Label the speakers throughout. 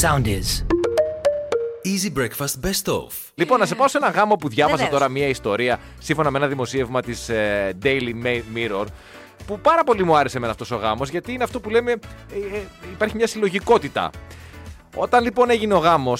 Speaker 1: sound is.
Speaker 2: Easy Breakfast Best Of.
Speaker 3: Λοιπόν, να σε πάω σε ένα γάμο που διάβασα
Speaker 4: Ε, Βεβαίως.
Speaker 3: τώρα μία ιστορία σύμφωνα με ένα δημοσίευμα της Daily Ma- Mirror. Που πάρα πολύ μου άρεσε εμένα αυτός ο γάμος, γιατί είναι αυτό που λέμε. ε, ε, υπάρχει μια συλλογικότητα. Όταν λοιπόν έγινε ο γάμος.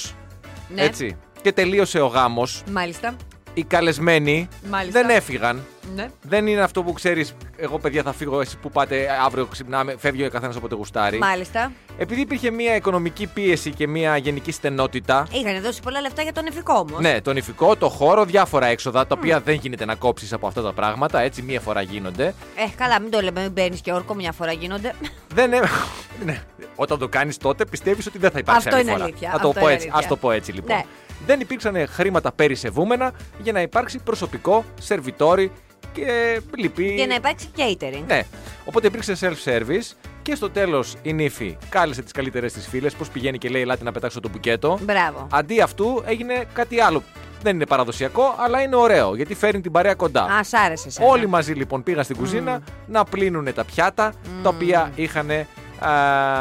Speaker 4: Ναι.
Speaker 3: Έτσι. Και τελείωσε ο γάμος.
Speaker 4: Μάλιστα.
Speaker 3: Οι καλεσμένοι
Speaker 4: Μάλιστα.
Speaker 3: δεν έφυγαν.
Speaker 4: Ναι.
Speaker 3: Δεν είναι αυτό που ξέρεις. Εγώ, παιδιά, θα φύγω. Εσύ που πάτε ε, αύριο, ξυπνάμε. Φεύγει ο καθένας όποτε γουστάρει.
Speaker 4: Μάλιστα.
Speaker 3: Επειδή υπήρχε μια οικονομική πίεση και μια γενική στενότητα.
Speaker 4: Είχαν δώσει πολλά λεφτά για τον εφικό όμως.
Speaker 3: Ναι, τον ηφικό, το χώρο, διάφορα έξοδα τα οποία δεν γίνεται να κόψεις από αυτά τα πράγματα. Έτσι, μία φορά γίνονται.
Speaker 4: Ε, καλά, μην το λέμε, μην παίρνει και όρκο, μια φορά γίνονται.
Speaker 3: Δεν έ- ναι. Όταν το κάνεις τότε, πιστεύεις ότι δεν θα υπάρξει
Speaker 4: Αυτό
Speaker 3: άλλη
Speaker 4: είναι
Speaker 3: φορά.
Speaker 4: αλήθεια.
Speaker 3: Να το
Speaker 4: Αυτό
Speaker 3: πω
Speaker 4: είναι
Speaker 3: έτσι.
Speaker 4: αλήθεια.
Speaker 3: Ας το πω έτσι λοιπόν.
Speaker 4: Ναι.
Speaker 3: Δεν υπήρξαν χρήματα περισεβούμενα για να υπάρξει προσωπικό, σερβιτόρι και λυπή.
Speaker 4: για να υπάρξει catering.
Speaker 3: Ναι. Οπότε υπήρξε self-service και στο τέλος η νύφη κάλεσε τις καλύτερες της φίλες. Πώς πηγαίνει και λέει: Ελάτε να πετάξω το μπουκέτο.
Speaker 4: Μπράβο.
Speaker 3: Αντί αυτού έγινε κάτι άλλο. Δεν είναι παραδοσιακό, αλλά είναι ωραίο γιατί φέρνει την παρέα κοντά.
Speaker 4: Α, σ' άρεσε. εσένα.
Speaker 3: Όλοι μαζί λοιπόν πήγαν στην κουζίνα να πλύνουν τα πιάτα τα οποία είχαν ε,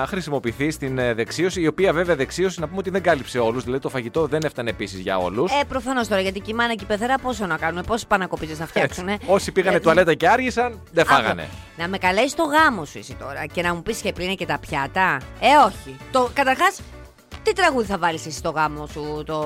Speaker 3: χρησιμοποιηθεί στην ε, δεξίωση. Η οποία βέβαια δεξίωση να πούμε ότι δεν κάλυψε όλους, δηλαδή το φαγητό δεν έφτανε επίσης για όλους.
Speaker 4: Ε, προφανώς τώρα, γιατί κοιμάνε και η πεθερά πόσο να κάνουν, πόσε πανακοπίτσε να φτιάξουν.
Speaker 3: Ε, Όσοι
Speaker 4: ε,
Speaker 3: πήγανε τουαλέτα και άργησαν, δεν φάγανε.
Speaker 4: Να με καλέσεις το γάμο σου εσύ τώρα και να μου πεις και πλύνε και τα πιάτα. Ε, όχι. Το, Καταρχάς, τι τραγούδι θα βάλεις εσύ στο γάμο σου, το,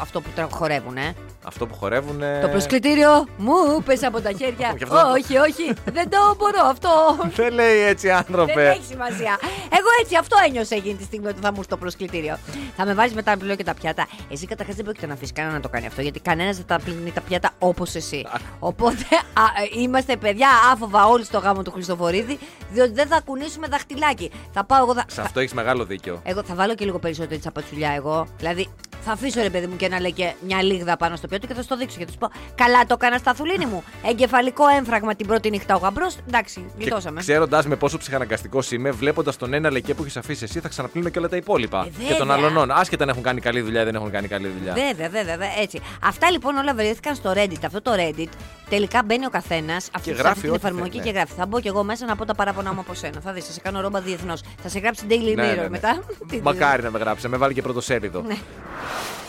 Speaker 4: αυτό που τρα- χορεύουν, ε?
Speaker 3: Αυτό που χορεύουν. ε,
Speaker 4: Το προσκλητήριο μου πες από τα χέρια.
Speaker 3: Γι' αυτό-
Speaker 4: όχι, όχι, δεν το μπορώ αυτό.
Speaker 3: Δεν λέει έτσι
Speaker 4: Δεν
Speaker 3: άνθρωπε.
Speaker 4: έχει σημασία. Εγώ έτσι αυτό ένιωσα εκείνη τη στιγμή ότι θα μου στο προσκλητήριο. Θα με βάζεις μετά να πλύνω και τα πιάτα. Εσύ καταρχάς δεν πρόκειται να αφήσεις κανένα να το κάνει αυτό, γιατί κανένας δεν τα πλύνει τα πιάτα όπως εσύ. Οπότε α, ε, είμαστε παιδιά άφοβα όλοι στο γάμο του Χριστοφορίδη, διότι δεν θα κουνήσουμε δαχτυλάκι. Θα πάω εγώ. Θα...
Speaker 3: Σε αυτό έχεις μεγάλο δίκιο.
Speaker 4: Εγώ θα βάλω και λίγο περισσότερη τσαπατσουλιά εγώ. Δηλαδή θα αφήσω ρε παιδί μου και να λέει και μια λίγδα πάνω στο πιάτο και θα στο δείξω και θα σου πω Καλά το έκανα στα θουλίνη μου. Εγκεφαλικό έμφραγμα την πρώτη νύχτα ο γαμπρός. Εντάξει, γλιτώσαμε.
Speaker 3: Ξέροντα με πόσο ψυχαναγκαστικό είμαι, βλέποντας τον ένα λεκέ που έχεις αφήσει εσύ, θα ξαναπλύνω και όλα τα υπόλοιπα.
Speaker 4: Ε,
Speaker 3: και των
Speaker 4: βέβαια. Ε,
Speaker 3: αλλωνών. Άσχετα αν έχουν κάνει καλή δουλειά ή δεν έχουν κάνει καλή δουλειά. Ναι,
Speaker 4: Βέβαια, βέβαια, βέβαια, έτσι. Αυτά λοιπόν όλα βρεθήκαν στο Reddit. Αυτό το Reddit τελικά μπαίνει ο καθένας αυτή σε
Speaker 3: γράφει
Speaker 4: αυτή την
Speaker 3: ό,τι
Speaker 4: εφαρμογή
Speaker 3: θέλει, ναι.
Speaker 4: και γράφει. Θα μπω κι εγώ μέσα να πω τα παραπονά μου από σένα. Θα δεις, θα σε κάνω ρόμπα διεθνώς. Θα σε γράψει Daily Mirror
Speaker 3: Ναι, ναι, ναι.
Speaker 4: μετά. Τι-
Speaker 3: Μακάρι να με γράψει, να με βάλει και πρωτοσέλιδο.
Speaker 4: Ναι.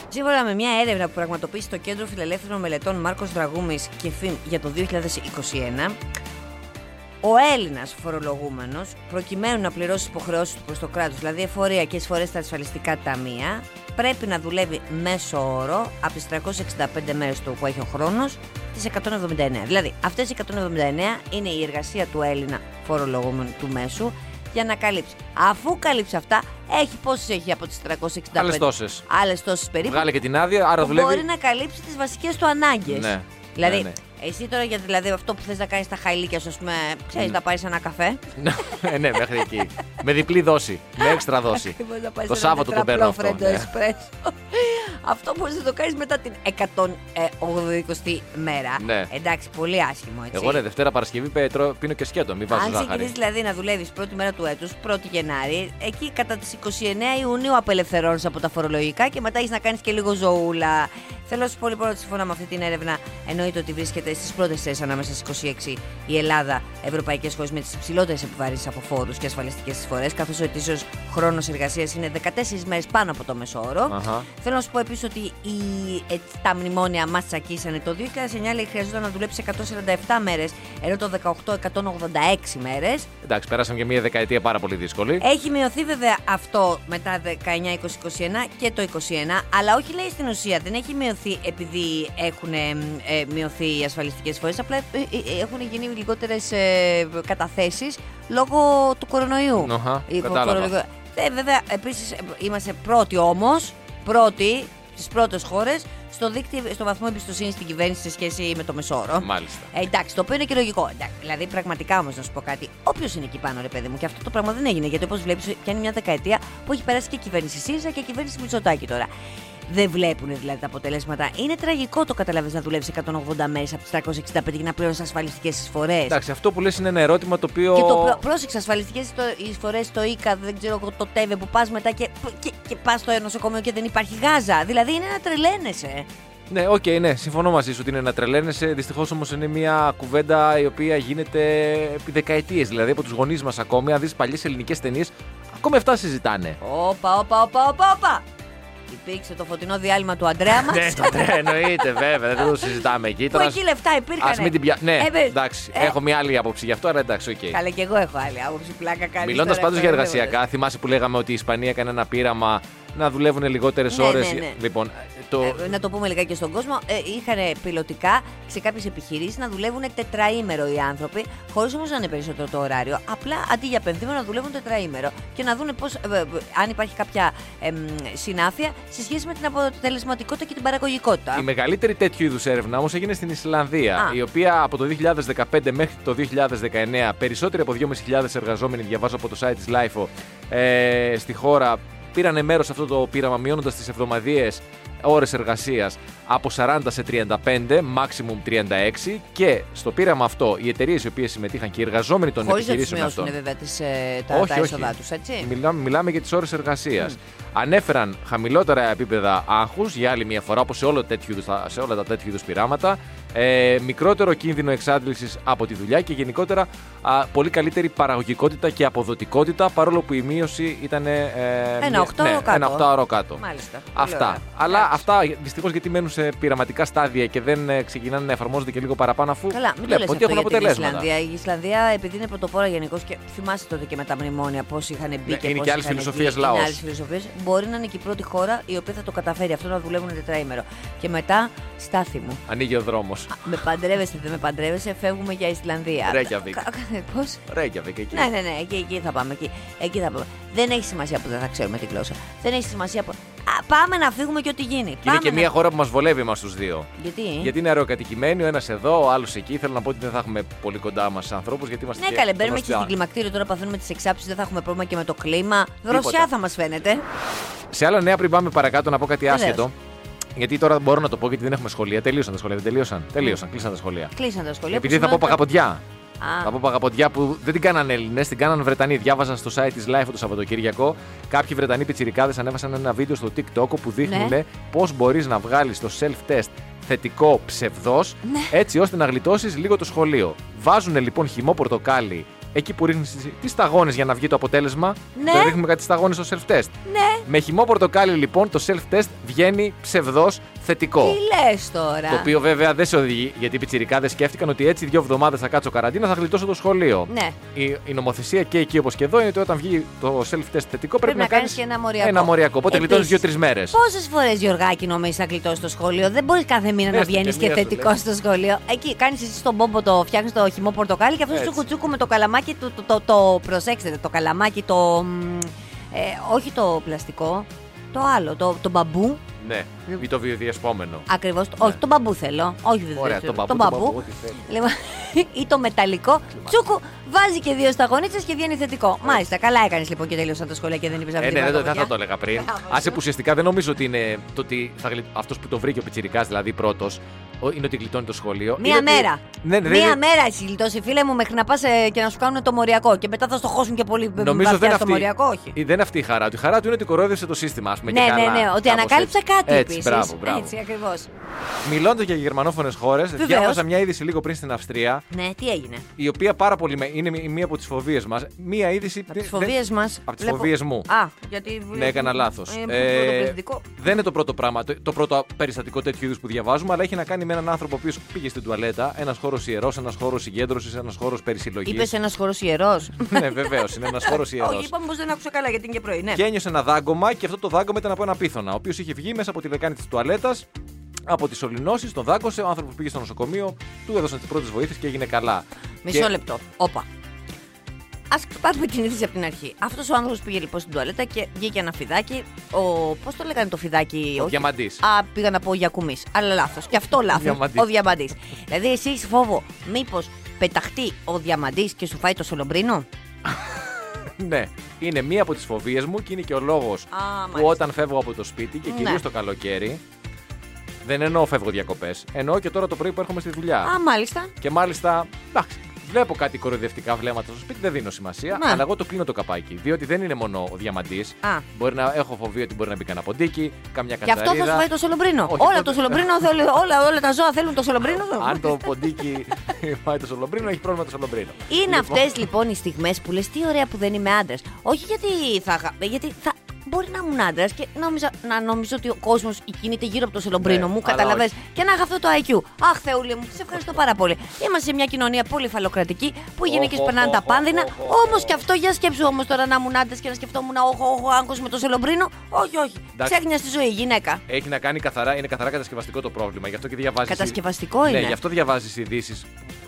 Speaker 4: Σύμφωνα με μια έρευνα που πραγματοποίησε το Κέντρο Φιλελεύθερων Μελετών Μάρκος Δραγούμης και ΦΙΜ για το 2021, ο Έλληνας φορολογούμενος, προκειμένου να πληρώσει τι υποχρεώσεις του προς το κράτος, δηλαδή εφορία και εισφορές στα ασφαλιστικά ταμεία, πρέπει να δουλεύει μέσο όρο από τις 365 μέρες του που έχει ο χρόνος τις 179. Δηλαδή, αυτές οι 179 είναι η εργασία του Έλληνα φορολογούμενου του μέσου για να καλύψει. Αφού καλύψει αυτά, έχει πόσες έχει από τις 365.
Speaker 3: Άλλες τόσες.
Speaker 4: Άλλες τόσες περίπου.
Speaker 3: Βγάλε και την άδεια, άρα
Speaker 4: που
Speaker 3: δουλεύει.
Speaker 4: Λοιπόν, μπορεί να καλύψει τις βασικές του ανάγκες.
Speaker 3: Ναι,
Speaker 4: Δηλαδή,
Speaker 3: ναι,
Speaker 4: εσύ τώρα για δηλαδή, αυτό που θες να κάνεις στα χαϊλίκια σου, ας πούμε, ξέρεις να πάρεις ένα καφέ.
Speaker 3: ναι, ναι, μέχρι εκεί. με διπλή δόση. Με έξτρα δόση.
Speaker 4: Μπορεί να πάρεις
Speaker 3: το
Speaker 4: ένα
Speaker 3: Σάββατο τον παίρνω
Speaker 4: τετραπλό
Speaker 3: αυτό.
Speaker 4: φρέντο
Speaker 3: ναι.
Speaker 4: εσπρέσο. αυτό μπορείς να το κάνεις μετά την 180η μέρα.
Speaker 3: Ναι.
Speaker 4: Εντάξει, πολύ άσχημο έτσι.
Speaker 3: Εγώ ναι, Δευτέρα Παρασκευή πετρώ, πίνω και σκέτο. Μην βάζω
Speaker 4: Αν
Speaker 3: ζάχαρη.
Speaker 4: ξεκινήσει δηλαδή να δουλεύεις πρώτη μέρα του έτους, 1η Γενάρη, εκεί κατά τις 29 Ιουνίου απελευθερώνει από τα φορολογικά και μετά έχεις να κάνεις και λίγο ζωούλα. Θέλω να σου πω λοιπόν ότι σύμφωνα με αυτή την έρευνα, εννοείται ότι βρίσκεται στις πρώτες θέσεις ανάμεσα στις 26 η Ελλάδα, ευρωπαϊκές χώρες με τις υψηλότερες επιβαρύνσεις από φόρους και ασφαλιστικές εισφορές, καθώς ο ετήσιος χρόνος εργασίας είναι 14 μέρες πάνω από το μέσο όρο.
Speaker 3: Αχα.
Speaker 4: Θέλω να σου πω επίσης ότι οι, ε, τα μνημόνια μας τσακίσανε. Το 2009 λέει χρειαζόταν να δουλέψει 147 μέρες, ενώ το 18 186 μέρες.
Speaker 3: Εντάξει, πέρασαμε και μία δεκαετία πάρα πολύ δύσκολη.
Speaker 4: Έχει μειωθεί βέβαια αυτό μετά 19, 20, 21 και το 21, αλλά όχι λέει στην ουσία. Δεν έχει μειωθεί επειδή έχουν ε, ε, μειωθεί οι ασφαλιστικές φορές, απλά ε, ε, έχουν γίνει λιγότερες ε, καταθέσεις λόγω του κορονοϊού.
Speaker 3: Αχα,
Speaker 4: Υπό
Speaker 3: κατάλαβα.
Speaker 4: κορονοϊό. Ε, βέβαια, επίσης είμαστε πρώτοι όμως, πρώτοι στις πρώτες χώρες, στο, δείκτη, στο βαθμό εμπιστοσύνης στην κυβέρνηση σε σχέση με το μεσόρο.
Speaker 3: Μάλιστα.
Speaker 4: Ε, εντάξει, το οποίο είναι και λογικό. Εντάξει, δηλαδή, πραγματικά όμως να σου πω κάτι. Όποιος είναι εκεί πάνω, ρε παιδί μου, και αυτό το πράγμα δεν έγινε. Γιατί όπως βλέπεις, πιάνει μια δεκαετία που έχει περάσει και η κυβέρνηση ΣΥΡΙΖΑ και η κυβέρνηση Μητσοτάκη τώρα. Δεν βλέπουν δηλαδή τα αποτελέσματα. Είναι τραγικό το καταλαβαίνει να δουλεύεις 180 μέρες από τις 365 για να πληρώσεις ασφαλιστικές εισφορές.
Speaker 3: Εντάξει, αυτό που λες είναι ένα ερώτημα το οποίο.
Speaker 4: Και το πρό- πρόσεξε, ασφαλιστικές εισφορές στο ΙΚΑ, δεν ξέρω εγώ, το ΤΕΒΕ που πας μετά και, και, και πας στο νοσοκομείο και δεν υπάρχει γάζα. Δηλαδή είναι να τρελαίνεσαι.
Speaker 3: Ναι, οκ, ναι, συμφωνώ μαζί σου ότι είναι να τρελαίνεσαι. Δυστυχώς όμως είναι μια κουβέντα η οποία γίνεται επί δεκαετίες. Δηλαδή από τους γονείς μας ακόμη. Αν δεις παλιές ελληνικές ταινίες, Ακόμα αυτά συζητάνε.
Speaker 4: Όπα, όπα, όπα, όπα, όπα. Υπήρξε το φωτεινό διάλειμμα του Αντρέα μα.
Speaker 3: Ναι, το τρένο, εννοείται βέβαια, δεν το συζητάμε εκεί.
Speaker 4: που
Speaker 3: Τώρα,
Speaker 4: εκεί λεφτά υπήρχαν.
Speaker 3: ας μην την πια... Ναι,
Speaker 4: Ε, βε-
Speaker 3: εντάξει,
Speaker 4: ε,
Speaker 3: έχω μια άλλη άποψη γι' αυτό, αλλά εντάξει, οκ.
Speaker 4: Καλά, και εγώ έχω άλλη άποψη, πλάκα κάνει.
Speaker 3: Μιλώντα πάντω για εργασιακά, θυμάσαι που λέγαμε ότι η Ισπανία έκανε ένα πείραμα να δουλεύουν λιγότερες
Speaker 4: Ναι,
Speaker 3: ώρες.
Speaker 4: ναι, ναι.
Speaker 3: Λοιπόν, το.
Speaker 4: Ε, Να το πούμε λιγάκι και στον κόσμο. Ε, είχαν πιλωτικά σε κάποιες επιχειρήσεις να δουλεύουν τετραήμερο οι άνθρωποι, χωρίς όμως να είναι περισσότερο το ωράριο. Απλά αντί για πενθήμερο να δουλεύουν τετραήμερο και να δουν πώς, ε, ε, ε, αν υπάρχει κάποια εμ, συνάφεια σε σχέση με την αποτελεσματικότητα και την παραγωγικότητα.
Speaker 3: Η μεγαλύτερη τέτοιου είδους έρευνα όμως έγινε στην Ισλανδία,
Speaker 4: Α.
Speaker 3: η οποία από το 2015 μέχρι το 2019 περισσότεροι από 2.500 εργαζόμενοι, διαβάζω από το site της LIFO, ε, στη χώρα πήραν μέρος σε αυτό το πείραμα, μειώνοντας τις εβδομαδιαίες ώρες εργασίας από 40 σε 35, maximum 36. Και στο πείραμα αυτό, οι εταιρείες οι οποίες συμμετείχαν και οι εργαζόμενοι των
Speaker 4: Χωρίς να τους
Speaker 3: επιχειρήσεων
Speaker 4: μειώσουν
Speaker 3: αυτών.
Speaker 4: βέβαια τις, ε, τα, τα έσοδά τους, έτσι.
Speaker 3: Μιλάμε, μιλάμε για τις ώρες εργασίας. Ανέφεραν χαμηλότερα επίπεδα άγχους για άλλη μια φορά, όπως σε, όλο τέτοιου είδους τα- σε όλα τα τέτοιου είδους πειράματα. Ε, μικρότερο κίνδυνο εξάντλησης από τη δουλειά και γενικότερα α, πολύ καλύτερη παραγωγικότητα και αποδοτικότητα, παρόλο που η μείωση ήταν. Ε,
Speaker 4: Ένα
Speaker 3: μια-
Speaker 4: οκτάωρο
Speaker 3: ναι,
Speaker 4: κάτω.
Speaker 3: Ένα οκτάωρο κάτω.
Speaker 4: Μάλιστα. Πολύ
Speaker 3: Αυτά.
Speaker 4: ωραία.
Speaker 3: Αλλά
Speaker 4: Εντάξει.
Speaker 3: αυτά δυστυχώς γιατί μένουν σε πειραματικά στάδια και δεν ε, ξεκινάνε να εφαρμόζονται και λίγο παραπάνω αφού
Speaker 4: Καλά, μην το
Speaker 3: βλέπω
Speaker 4: λες
Speaker 3: ότι
Speaker 4: αυτό
Speaker 3: έχουν
Speaker 4: για την
Speaker 3: αποτελέσματα.
Speaker 4: Ισλανδία. Η Ισλανδία, επειδή είναι πρωτοπόρα γενικώς και θυμάστε τότε και με τα μνημόνια πώς είχαν μπει
Speaker 3: Ναι,
Speaker 4: και
Speaker 3: είναι
Speaker 4: πώς
Speaker 3: και άλλες
Speaker 4: είχαν βγει,
Speaker 3: φιλοσοφίες
Speaker 4: είναι
Speaker 3: λαός.
Speaker 4: άλλες φιλοσοφίες. Μπορεί να είναι και η πρώτη χώρα η οποία θα το καταφέρει αυτό να δουλεύουν τετραήμερο. Και μετά, στάθη μου.
Speaker 3: Ανοίγει ο δρόμος.
Speaker 4: Με παντρεύεσαι, δεν με παντρεύεσαι, φεύγουμε για Ισλανδία.
Speaker 3: Reykjavik.
Speaker 4: Πώ.
Speaker 3: Ρέγιαβικ εκεί.
Speaker 4: Ναι, ναι, ναι, εκεί, εκεί θα πάμε. Εκεί, εκεί θα πάμε. Δεν έχει σημασία που δεν θα ξέρουμε τη γλώσσα. Δεν έχει σημασία που. Α, πάμε να φύγουμε και ό,τι γίνει.
Speaker 3: Και είναι
Speaker 4: Πάμε Ε.
Speaker 3: και
Speaker 4: να-
Speaker 3: μια χώρα που μας βολεύει εμάς τους δύο.
Speaker 4: Γιατί?
Speaker 3: Γιατί είναι αεροκατοικημένοι, ο ένας εδώ, ο άλλος εκεί. Θέλω να πω ότι δεν θα έχουμε πολύ κοντά μας ανθρώπους, γιατί είμαστε.
Speaker 4: Ναι,
Speaker 3: και-
Speaker 4: καλέ, μπαίνουμε και
Speaker 3: είμαστε-
Speaker 4: στην κλιμακτήριο τώρα, παθαίνουμε τις εξάψεις, δεν θα έχουμε πρόβλημα και με το κλίμα.
Speaker 3: Τίποτα.
Speaker 4: Δροσιά θα μας φαίνεται.
Speaker 3: Σε άλλα νέα, πριν πάμε παρακάτω, να πω κάτι
Speaker 4: Βεβαίως.
Speaker 3: άσχετο. Γιατί τώρα μπορώ να το πω, γιατί δεν έχουμε σχολεία. Τελείωσαν τα σχολεία. Δεν τελείωσαν. Τελείωσαν, κλείσαν τα σχολεία.
Speaker 4: Κλείσαν τα σχολεία.
Speaker 3: Επειδή
Speaker 4: που
Speaker 3: θα πω
Speaker 4: σημαίνει ότι-
Speaker 3: παγαποντιά.
Speaker 4: Α.
Speaker 3: Θα πω παγαποντιά που δεν την κάναν Έλληνες, την κάναν Βρετανοί. Διάβαζα στο site της Life το Σαββατοκύριακο. Κάποιοι Βρετανοί πιτσιρικάδες ανέβασαν ένα βίντεο στο TikTok όπου δείχνουν
Speaker 4: Ναι.
Speaker 3: πώς μπορείς να βγάλεις το self-test θετικό ψευδός
Speaker 4: Ναι.
Speaker 3: έτσι ώστε να γλιτώσεις λίγο το σχολείο. Βάζουν λοιπόν χυμό πορτοκάλι εκεί που ρίχνεις τις σταγόνες για να βγει το αποτέλεσμα.
Speaker 4: Ναι.
Speaker 3: Δεν ρίχνουμε κάτι σταγόνες στο self-test.
Speaker 4: Ναι,
Speaker 3: Με χυμό πορτοκάλι λοιπόν το self-test βγαίνει ψευδός θετικό.
Speaker 4: τι λες τώρα.
Speaker 3: Το οποίο βέβαια δεν σε οδηγεί, γιατί οι πιτσιρικάδες σκέφτηκαν ότι έτσι δύο εβδομάδες θα κάτσω καραντίνα, θα γλιτώσω το σχολείο.
Speaker 4: Ναι.
Speaker 3: Η, η νομοθεσία και εκεί όπως και εδώ είναι ότι όταν βγει το self-test θετικό πρέπει,
Speaker 4: Πρέπει να
Speaker 3: κάνεις
Speaker 4: κάνεις και ένα μοριακό. Ε,
Speaker 3: Ένα μοριακό. Οπότε
Speaker 4: Επίσης,
Speaker 3: γλιτώνεις δύο-τρει μέρες.
Speaker 4: Πόσες φορές, Γιωργάκη, νομίζεις να γλιτώσεις το σχολείο. Δεν μπορεί κάθε μήνα
Speaker 3: Έστω
Speaker 4: να
Speaker 3: και
Speaker 4: βγαίνεις και
Speaker 3: μία σου
Speaker 4: θετικό
Speaker 3: λέει.
Speaker 4: στο σχολείο. Εκεί κάνεις εσύ στον μπόμπο το φτιάχνεις το χυμό πορτοκάλι και αυτός
Speaker 3: Έτσι.
Speaker 4: σου κουτσούκου με το καλαμάκι του. Το, το, το- προσέξτε, το καλαμάκι το. μ, ε, όχι το πλαστικό. Το άλλο, το, το μπαμπού.
Speaker 3: Ναι, ή το βιοδιασπόμενο.
Speaker 4: Ακριβώς. Όχι, τον μπαμπού θέλω. Όχι, δεν
Speaker 3: Ωραία,
Speaker 4: θέλω.
Speaker 3: τον μπαμπού,
Speaker 4: Τον
Speaker 3: τον
Speaker 4: μπαμπού.
Speaker 3: μπαμπού, ό,τι θέλει.
Speaker 4: Λοιπόν, ή το μεταλλικό. Τσούκου, βάζει και δύο σταγονίτσε και βγαίνει θετικό. Μάλιστα, καλά έκανες λοιπόν και τελείωσαν τα σχολεία και δεν είπες
Speaker 3: Ε,
Speaker 4: αυτή
Speaker 3: ναι, δεν το, δεν
Speaker 4: πρωτοβουλία.
Speaker 3: θα το έλεγα πριν.
Speaker 4: Μπράβο σου.
Speaker 3: Άσε που ουσιαστικά δεν νομίζω ότι είναι το ότι θα γλιτ... αυτός που το βρήκε ο Πιτσυρικά, δηλαδή πρώτος, είναι ότι γλιτώνει το σχολείο.
Speaker 4: Μία
Speaker 3: Είναι ότι-
Speaker 4: μέρα.
Speaker 3: Ναι, ναι, ναι,
Speaker 4: Μία
Speaker 3: ναι.
Speaker 4: μέρα εσύ γλιτώσει, φίλε μου, μέχρι να πας και να σου κάνουν το μοριακό. Και μετά θα στο χώσουν και πολύ βαθιά
Speaker 3: Νομίζω δεν
Speaker 4: στο
Speaker 3: αυτή,
Speaker 4: μοριακό, όχι.
Speaker 3: ε, δεν αυτή η χαρά του. Η χαρά του είναι ότι κορόιδευσε το σύστημα, ας πούμε.
Speaker 4: Ναι,
Speaker 3: και
Speaker 4: ναι,
Speaker 3: καλά.
Speaker 4: ναι, ότι
Speaker 3: Κάπως
Speaker 4: ανακάλυψα
Speaker 3: έτσι.
Speaker 4: κάτι
Speaker 3: Έτσι,
Speaker 4: επίσης.
Speaker 3: μπράβο, μπράβο.
Speaker 4: Έτσι, ακριβώς.
Speaker 3: Μιλώντας για γερμανόφωνες χώρες,
Speaker 4: Βεβαίως.
Speaker 3: διάβαζα μια είδηση λίγο πριν στην Αυστρία,
Speaker 4: Ναι, τι έγινε.
Speaker 3: η οποία πάρα πολύ με- είναι μ- μία από τις φοβίες μας. Μία είδηση.
Speaker 4: Από τι
Speaker 3: δεν-
Speaker 4: φοβίε μας.
Speaker 3: Από τις φοβίες μου.
Speaker 4: Α, γιατί.
Speaker 3: Ναι, έκανα λάθος.
Speaker 4: Ε, πρωτοπληθυντικό.
Speaker 3: δεν είναι το πρώτο πράγμα, το, το πρώτο περιστατικό τέτοιου είδους που διαβάζουμε, αλλά έχει να κάνει με έναν άνθρωπο ο οποίος πήγε στην τουαλέτα, ένας χώρος ιερός, ένας χώρος συγκέντρωσης, ένας χώρος περισυλλογή.
Speaker 4: Είπες ένας χώρος ιερός.
Speaker 3: ναι, βεβαίως, είναι ένας χώρος ιερό.
Speaker 4: Όχι, είπαμε πως δεν άκουσα καλά γιατί είναι και πρωί. Ναι.
Speaker 3: Και ένιωσε ένα δάγκωμα και αυτό το δάγκωμα ήταν από ένα πίθωνα, ο οποίος είχε βγει μέσα από τη λεκάνη τη τουαλέτας, από τις σωληνώσει, τον δάγκωσε, ο άνθρωπος πήγε στο νοσοκομείο, του έδωσαν τις πρώτες βοήθειες και έγινε καλά.
Speaker 4: Μισό
Speaker 3: Και-
Speaker 4: λεπτό. Όπα. Ας πάρουμε την είδηση από την αρχή. Αυτός ο άνθρωπος πήγε λοιπόν στην τουαλέτα και βγήκε ένα φιδάκι. Ο... Πώς το λέγανε το φιδάκι,
Speaker 3: Ο
Speaker 4: όχι.
Speaker 3: διαμαντής.
Speaker 4: Α, πήγα να πω γιακουμής. Αλλά λάθος. Και αυτό λάθος.
Speaker 3: διαμαντής.
Speaker 4: Ο διαμαντής. δηλαδή, εσύ έχεις φόβο, μήπως πεταχτεί ο διαμαντής και σου φάει το σολομπρίνο.
Speaker 3: Ναι, είναι μία από τις φοβίες μου και είναι και ο λόγος που
Speaker 4: μάλιστα.
Speaker 3: όταν φεύγω από το σπίτι και
Speaker 4: Ναι.
Speaker 3: κυρίως το καλοκαίρι. Δεν εννοώ φεύγω διακοπές. Εννοώ και τώρα το πρωί που έρχομαι στη δουλειά.
Speaker 4: Α, μάλιστα.
Speaker 3: Και μάλιστα. Εντάξει, βλέπω κάτι κοροϊδευτικά βλέμματα στο σπίτι, δεν δίνω σημασία.
Speaker 4: Ναι.
Speaker 3: Αλλά εγώ το κλείνω το καπάκι. Διότι δεν είναι μόνο ο διαμαντής.
Speaker 4: Α.
Speaker 3: Μπορεί να έχω φοβία ότι μπορεί να μπει κανένα ποντίκι, καμιά
Speaker 4: Γι' αυτό
Speaker 3: κατσαρίδα.
Speaker 4: θα σου φάει το σολομπρίνο.
Speaker 3: Όχι,
Speaker 4: όλα
Speaker 3: τότε-
Speaker 4: το σολομπρίνο θέλουν, όλα, όλα τα ζώα θέλουν το σολομπρίνο.
Speaker 3: Αν το ποντίκι φάει το σολομπρίνο, έχει πρόβλημα το σολομπρίνο.
Speaker 4: Είναι
Speaker 3: Λοιπόν,
Speaker 4: αυτές λοιπόν οι στιγμές που λες: Τι ωραία που δεν είμαι άντρας. Όχι γιατί θα. γα- Γιατί θα... Μπορεί να ήμουν άντρας και νόμιζα, να νομίζω ότι ο κόσμος κινείται γύρω από το σελομπρίνο
Speaker 3: Ναι,
Speaker 4: μου,
Speaker 3: αλλά
Speaker 4: καταλαβες,
Speaker 3: όχι.
Speaker 4: Και να είχα αυτό το IQ. Αχ, Θεούλη μου, σε ευχαριστώ πάρα πολύ. Είμαστε σε μια κοινωνία πολύ φαλοκρατική που οι
Speaker 3: Οχ,
Speaker 4: γυναίκε
Speaker 3: οχ,
Speaker 4: περνάνε τα
Speaker 3: οχ,
Speaker 4: πάνδυνα.
Speaker 3: οχ, οχ,
Speaker 4: Όμω και αυτό, για σκέψου όμως τώρα να ήμουν άντρας και να σκεφτόμουν, Όχ, όχ, άγκο με το σελομπρίνο. Όχι, όχι.
Speaker 3: Εντάξει.
Speaker 4: Ξέχνιας στη ζωή, γυναίκα.
Speaker 3: Έχει να κάνει καθαρά, είναι καθαρά κατασκευαστικό το πρόβλημα. Γι' αυτό και διαβάζεις.
Speaker 4: Κατασκευαστικό
Speaker 3: ναι,
Speaker 4: είναι.
Speaker 3: γι' αυτό διαβάζεις ειδήσεις,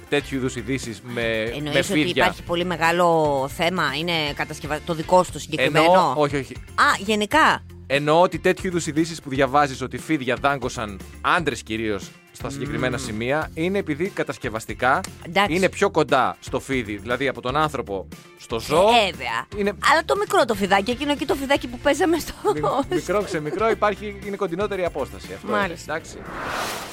Speaker 3: τέτοιου είδους ειδήσεις με,
Speaker 4: Εννοείς
Speaker 3: με
Speaker 4: ότι
Speaker 3: φίδια.
Speaker 4: υπάρχει πολύ μεγάλο θέμα, είναι κατασκευα... το δικό σου το συγκεκριμένο.
Speaker 3: Εννοώ, όχι, όχι.
Speaker 4: Α, γενικά.
Speaker 3: Εννοώ ότι τέτοιου είδους ειδήσεις που διαβάζεις ότι φίδια δάγκωσαν άντρες κυρίως στα συγκεκριμένα σημεία είναι επειδή κατασκευαστικά
Speaker 4: Εντάξει.
Speaker 3: είναι πιο κοντά στο φίδι, δηλαδή από τον άνθρωπο στο ζώο.
Speaker 4: Ε, Βέβαια.
Speaker 3: είναι-
Speaker 4: Αλλά το μικρό το φιδάκι, εκείνο εκεί το φιδάκι που παίζαμε στο.
Speaker 3: Μι- Μικρό ξεμικρό υπάρχει, είναι κοντινότερη απόσταση. Αυτό είναι,
Speaker 4: Μάλιστα.
Speaker 3: εντάξει.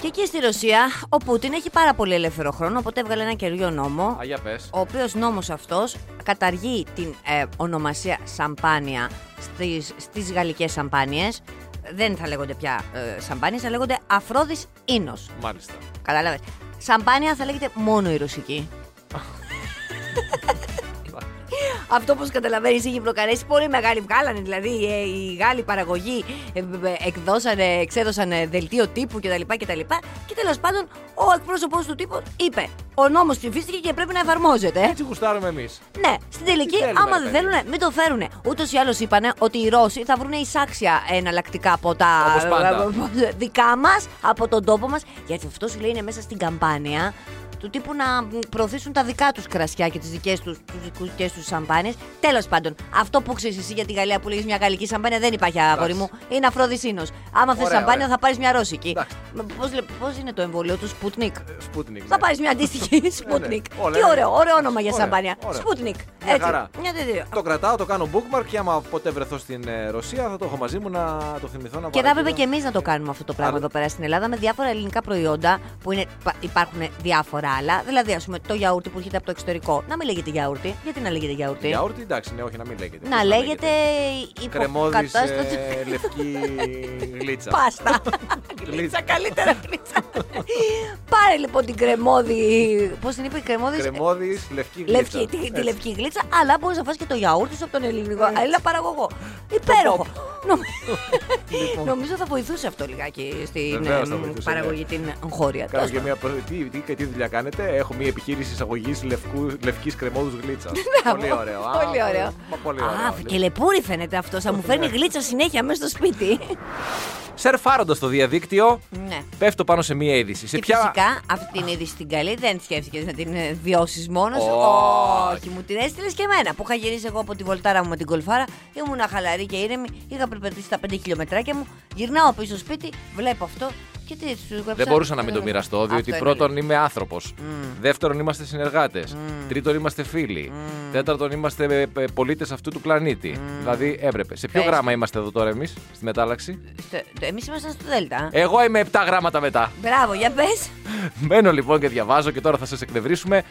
Speaker 4: και εκεί στη Ρωσία, ο Πούτιν έχει πάρα πολύ ελεύθερο χρόνο, οπότε έβγαλε ένα καινούριο νόμο.
Speaker 3: Α, για πες.
Speaker 4: Ο οποίος νόμος αυτός καταργεί την ε, ονομασία σαμπάνια στις στις γαλλικές σαμπάνιες. Δεν θα λέγονται πια ε, σαμπάνιες, θα λέγονται Αφρόδης ίνος.
Speaker 3: Μάλιστα.
Speaker 4: Κατάλαβε. Σαμπάνια θα λέγεται μόνο η ρωσική. Αυτό όπως καταλαβαίνεις έχει προκαλέσει πολύ μεγάλη βγάλανε. Δηλαδή ε, οι Γάλλοι παραγωγοί ε, ε, εκδώσανε, εξέδωσαν δελτίο τύπου κτλ. κτλ. Και τέλος πάντων ο εκπρόσωπος του τύπου είπε: Ο νόμος ψηφίστηκε και πρέπει να εφαρμόζεται. ε».
Speaker 3: Έτσι γουστάρουμε εμείς.
Speaker 4: Ναι, στην
Speaker 3: Τι
Speaker 4: τελική,
Speaker 3: θέλουμε,
Speaker 4: άμα
Speaker 3: ρε
Speaker 4: δεν
Speaker 3: παιδί.
Speaker 4: θέλουν, μην το φέρουν. Ούτως ή άλλως είπανε ότι οι Ρώσοι θα βρουν εισάξια εναλλακτικά από τα
Speaker 3: Όπως πάντα.
Speaker 4: δικά μας, από τον τόπο μας. Γιατί αυτό σου λέει είναι μέσα στην καμπάνια του τύπου να προωθήσουν τα δικά τους κρασιά και τις δικές τους δικές τους σαμπάνιες. Τέλος πάντων, αυτό που ξέρεις εσύ για τη Γαλλία που λέγεις μια γαλλική σαμπάνια δεν υπάρχει, αγόρι μου. Είναι αφροδισίνος. Άμα θες
Speaker 3: Ωραία,
Speaker 4: σαμπάνια
Speaker 3: ωραία.
Speaker 4: θα πάρεις μια ρώσικη.
Speaker 3: Εντάξει.
Speaker 4: Πώ είναι το εμβόλιο του Σπουτνικ.
Speaker 3: Σπούτνικ.
Speaker 4: Θα πάρεις μια αντίστοιχη Σπούτνικ.
Speaker 3: Όλα
Speaker 4: Τι
Speaker 3: είναι.
Speaker 4: ωραίο, ωραίο όνομα για
Speaker 3: Ναι, Ωραία,
Speaker 4: σαμπάνια.
Speaker 3: ωραία.
Speaker 4: Σπούτνικ.
Speaker 3: Μια
Speaker 4: Έτσι.
Speaker 3: χαρά.
Speaker 4: Μια τέτοια.
Speaker 3: Το κρατάω, το κάνω bookmark και άμα ποτέ βρεθώ στην ε, Ρωσία θα το έχω μαζί μου να το θυμηθώ να
Speaker 4: Και θα
Speaker 3: παρακολουθώ.
Speaker 4: έπρεπε και εμείς να το κάνουμε αυτό το πράγμα
Speaker 3: Άρα.
Speaker 4: εδώ πέρα στην Ελλάδα με διάφορα ελληνικά προϊόντα που είναι, πα- υπάρχουν διάφορα άλλα. Δηλαδή, ας πούμε, το γιαούρτι που έρχεται από το εξωτερικό. Να μην λέγεται γιαούρτι. Γιατί να λέγεται γιαούρτι.
Speaker 3: Γιαούρτι, εντάξει, ναι, όχι να μην λέγεται.
Speaker 4: Να
Speaker 3: Πώς
Speaker 4: λέγεται
Speaker 3: Κρεμόδης ε,
Speaker 4: υποκατάσταση.
Speaker 3: λευκή γλίτσα.
Speaker 4: Πάστα. Γλίτσα,
Speaker 3: Γλίτσα.
Speaker 4: καλύτερα γλίτσα. Πάρε λοιπόν την κρεμόδη. Πώς την είπε η κρεμόδης.
Speaker 3: Κρεμόδης, λευκή γλίτσα.
Speaker 4: Λευκή, τη, τη
Speaker 3: Έτσι.
Speaker 4: λευκή γλίτσα, αλλά μπορείς να φας και το γιαούρτι σου από τον ελληνικό. Αλληλά παραγωγό. Υπέροχο. Νομι- Νομίζω θα βοηθούσε αυτό λιγάκι στην
Speaker 3: Λοιπόν. Βεβαίως θα
Speaker 4: εμ,
Speaker 3: βοηθούσε,
Speaker 4: παραγωγή
Speaker 3: ναι.
Speaker 4: την εγχώρια.
Speaker 3: Κάνω
Speaker 4: Τέλος
Speaker 3: και
Speaker 4: πάντων.
Speaker 3: μια. προ- Τι, τι, τι δουλειά κάνετε, Έχω μια επιχείρηση εισαγωγής λευκής κρεμόδους γλίτσας. πολύ ωραίο. Α,
Speaker 4: Πολύ ωραίο.
Speaker 3: μα, Πολύ ναι.
Speaker 4: Α,
Speaker 3: ωραίο.
Speaker 4: και λεπούρι φαίνεται αυτό. Θα μου φέρνει γλίτσα συνέχεια μέσα στο σπίτι.
Speaker 3: Σερφάροντα το διαδίκτυο,
Speaker 4: ναι.
Speaker 3: πέφτω πάνω σε μία είδηση. Σε
Speaker 4: Και
Speaker 3: ποια.
Speaker 4: φυσικά αυτή την είδηση την καλή δεν σκέφτηκες να την ε, βιώσεις μόνος.
Speaker 3: Όχι.
Speaker 4: Όχι, μου την έστειλες και εμένα που είχα γυρίσει εγώ από τη βολτάρα μου με την κολφάρα. Ήμουν χαλαρή και ήρεμη. Είχα περπατήσει τα 5 χιλιομετράκια μου. Γυρνάω πίσω σπίτι, βλέπω αυτό και τι σου έγραψα.
Speaker 3: Δεν μπορούσα να μην το μοιραστώ,
Speaker 4: Αυτό
Speaker 3: διότι
Speaker 4: είναι
Speaker 3: πρώτον
Speaker 4: λίγο.
Speaker 3: είμαι άνθρωπος. Δεύτερον είμαστε συνεργάτες. Τρίτον είμαστε φίλοι. Τέταρτον είμαστε πολίτες αυτού του πλανήτη. Δηλαδή έπρεπε. Σε ποιο
Speaker 4: Πες.
Speaker 3: γράμμα είμαστε εδώ τώρα εμείς, στη μετάλλαξη.
Speaker 4: Στο- Εμεί ήμασταν στο Δέλτα.
Speaker 3: Εγώ είμαι 7 γράμματα μετά.
Speaker 4: Μπράβο, για πες.
Speaker 3: Μένω λοιπόν και διαβάζω και τώρα θα σας εκνευρίσουμε.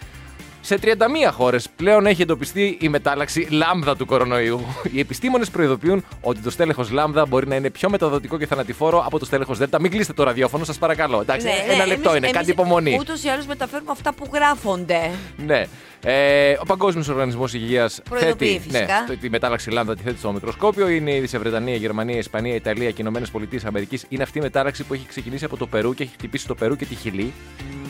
Speaker 3: Σε 31 χώρες πλέον έχει εντοπιστεί η μετάλλαξη λάμδα του κορονοϊού. Οι επιστήμονες προειδοποιούν ότι το στέλεχος λάμδα μπορεί να είναι πιο μεταδοτικό και θανατηφόρο από το στέλεχος δέλτα. Μην κλείσετε το ραδιόφωνο, σας παρακαλώ.
Speaker 4: Ναι,
Speaker 3: Εντάξει, ένα λεπτό είναι, κάντε υπομονή.
Speaker 4: Ούτως ή άλλως μεταφέρουμε αυτά που γράφονται.
Speaker 3: Ναι. Ε, ο Παγκόσμιος Οργανισμός Υγείας
Speaker 4: Προειδοποιεί φυσικά.
Speaker 3: Ναι, τη μετάλλαξη λάμδα τη θέτει στο μικροσκόπιο. Είναι ήδη σε Βρετανία, Γερμανία, Ισπανία, Ιταλία και Ηνωμένε Πολιτείες Αμερικής. Είναι αυτή η μετάλλαξη που έχει ξεκινήσει από το Περού και έχει χτυπήσει το Περού και τη Χιλή.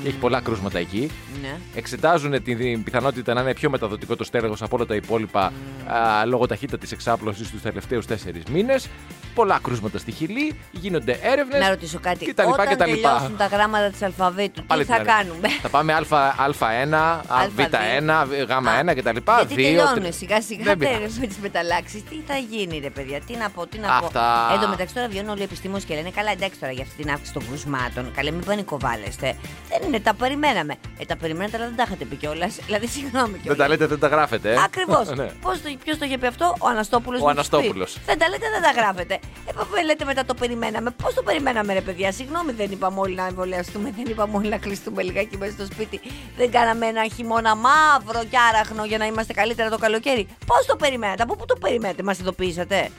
Speaker 3: Και έχει πολλά κρούσματα εκεί.
Speaker 4: Ναι.
Speaker 3: Εξετάζουν την πιθανότητα να είναι πιο μεταδοτικό το στέλεχο από όλα τα υπόλοιπα α, λόγω ταχύτητα της εξάπλωσης τους τελευταίους τέσσερις μήνες. Πολλά κρούσματα στη Χιλή, γίνονται έρευνες.
Speaker 4: Να ρωτήσω κάτι.
Speaker 3: Και τα λοιπά
Speaker 4: Όταν
Speaker 3: και τα λοιπά.
Speaker 4: τελειώσουν τα γράμματα της αλφαβήτου, τι θα κάνουμε.
Speaker 3: Θα πάμε α, α1,
Speaker 4: Α,
Speaker 3: β1,
Speaker 4: Α,
Speaker 3: γ1 κτλ.
Speaker 4: Γιατί τελειώνουν σιγά σιγά
Speaker 3: Δεν
Speaker 4: με τις μεταλλάξεις. Τι θα γίνει, ρε παιδιά, τι να πω, τι να
Speaker 3: Αυτά.
Speaker 4: πω. Εν τω μεταξύ τώρα βγαίνουν όλοι οι επιστήμονες και λένε Καλά, εντάξει τώρα για αυτή την αύξηση των κρουσμάτων. Καλέ, μην πανικοβάλλεστε. Δεν είναι, τα περιμέναμε. Ε, τα περιμένατε, αλλά δεν τα είχατε πει κιόλας. Δηλαδή, συγγνώμη
Speaker 3: Δεν
Speaker 4: κιόλα.
Speaker 3: τα λέτε, δεν τα γράφετε. ε.
Speaker 4: Ακριβώς.
Speaker 3: Ναι.
Speaker 4: Ποιος το είχε πει αυτό, ο Αναστόπουλος.
Speaker 3: Ο Αναστόπουλος.
Speaker 4: Δεν τα λέτε, δεν τα γράφετε. Ε, βέβαια, λέτε μετά το περιμέναμε. Πώς το περιμέναμε, ρε παιδιά. Συγγνώμη, δεν είπαμε όλοι να εμβολιαστούμε, δεν είπαμε όλοι να κλειστούμε λιγάκι μέσα στο σπίτι. Δεν κάναμε ένα χειμώνα μαύρο και άραχνο για να είμαστε καλύτερα το καλοκαίρι. Πώς το περιμένατε, από πού το περιμένατε, μας ειδοποιήσατε.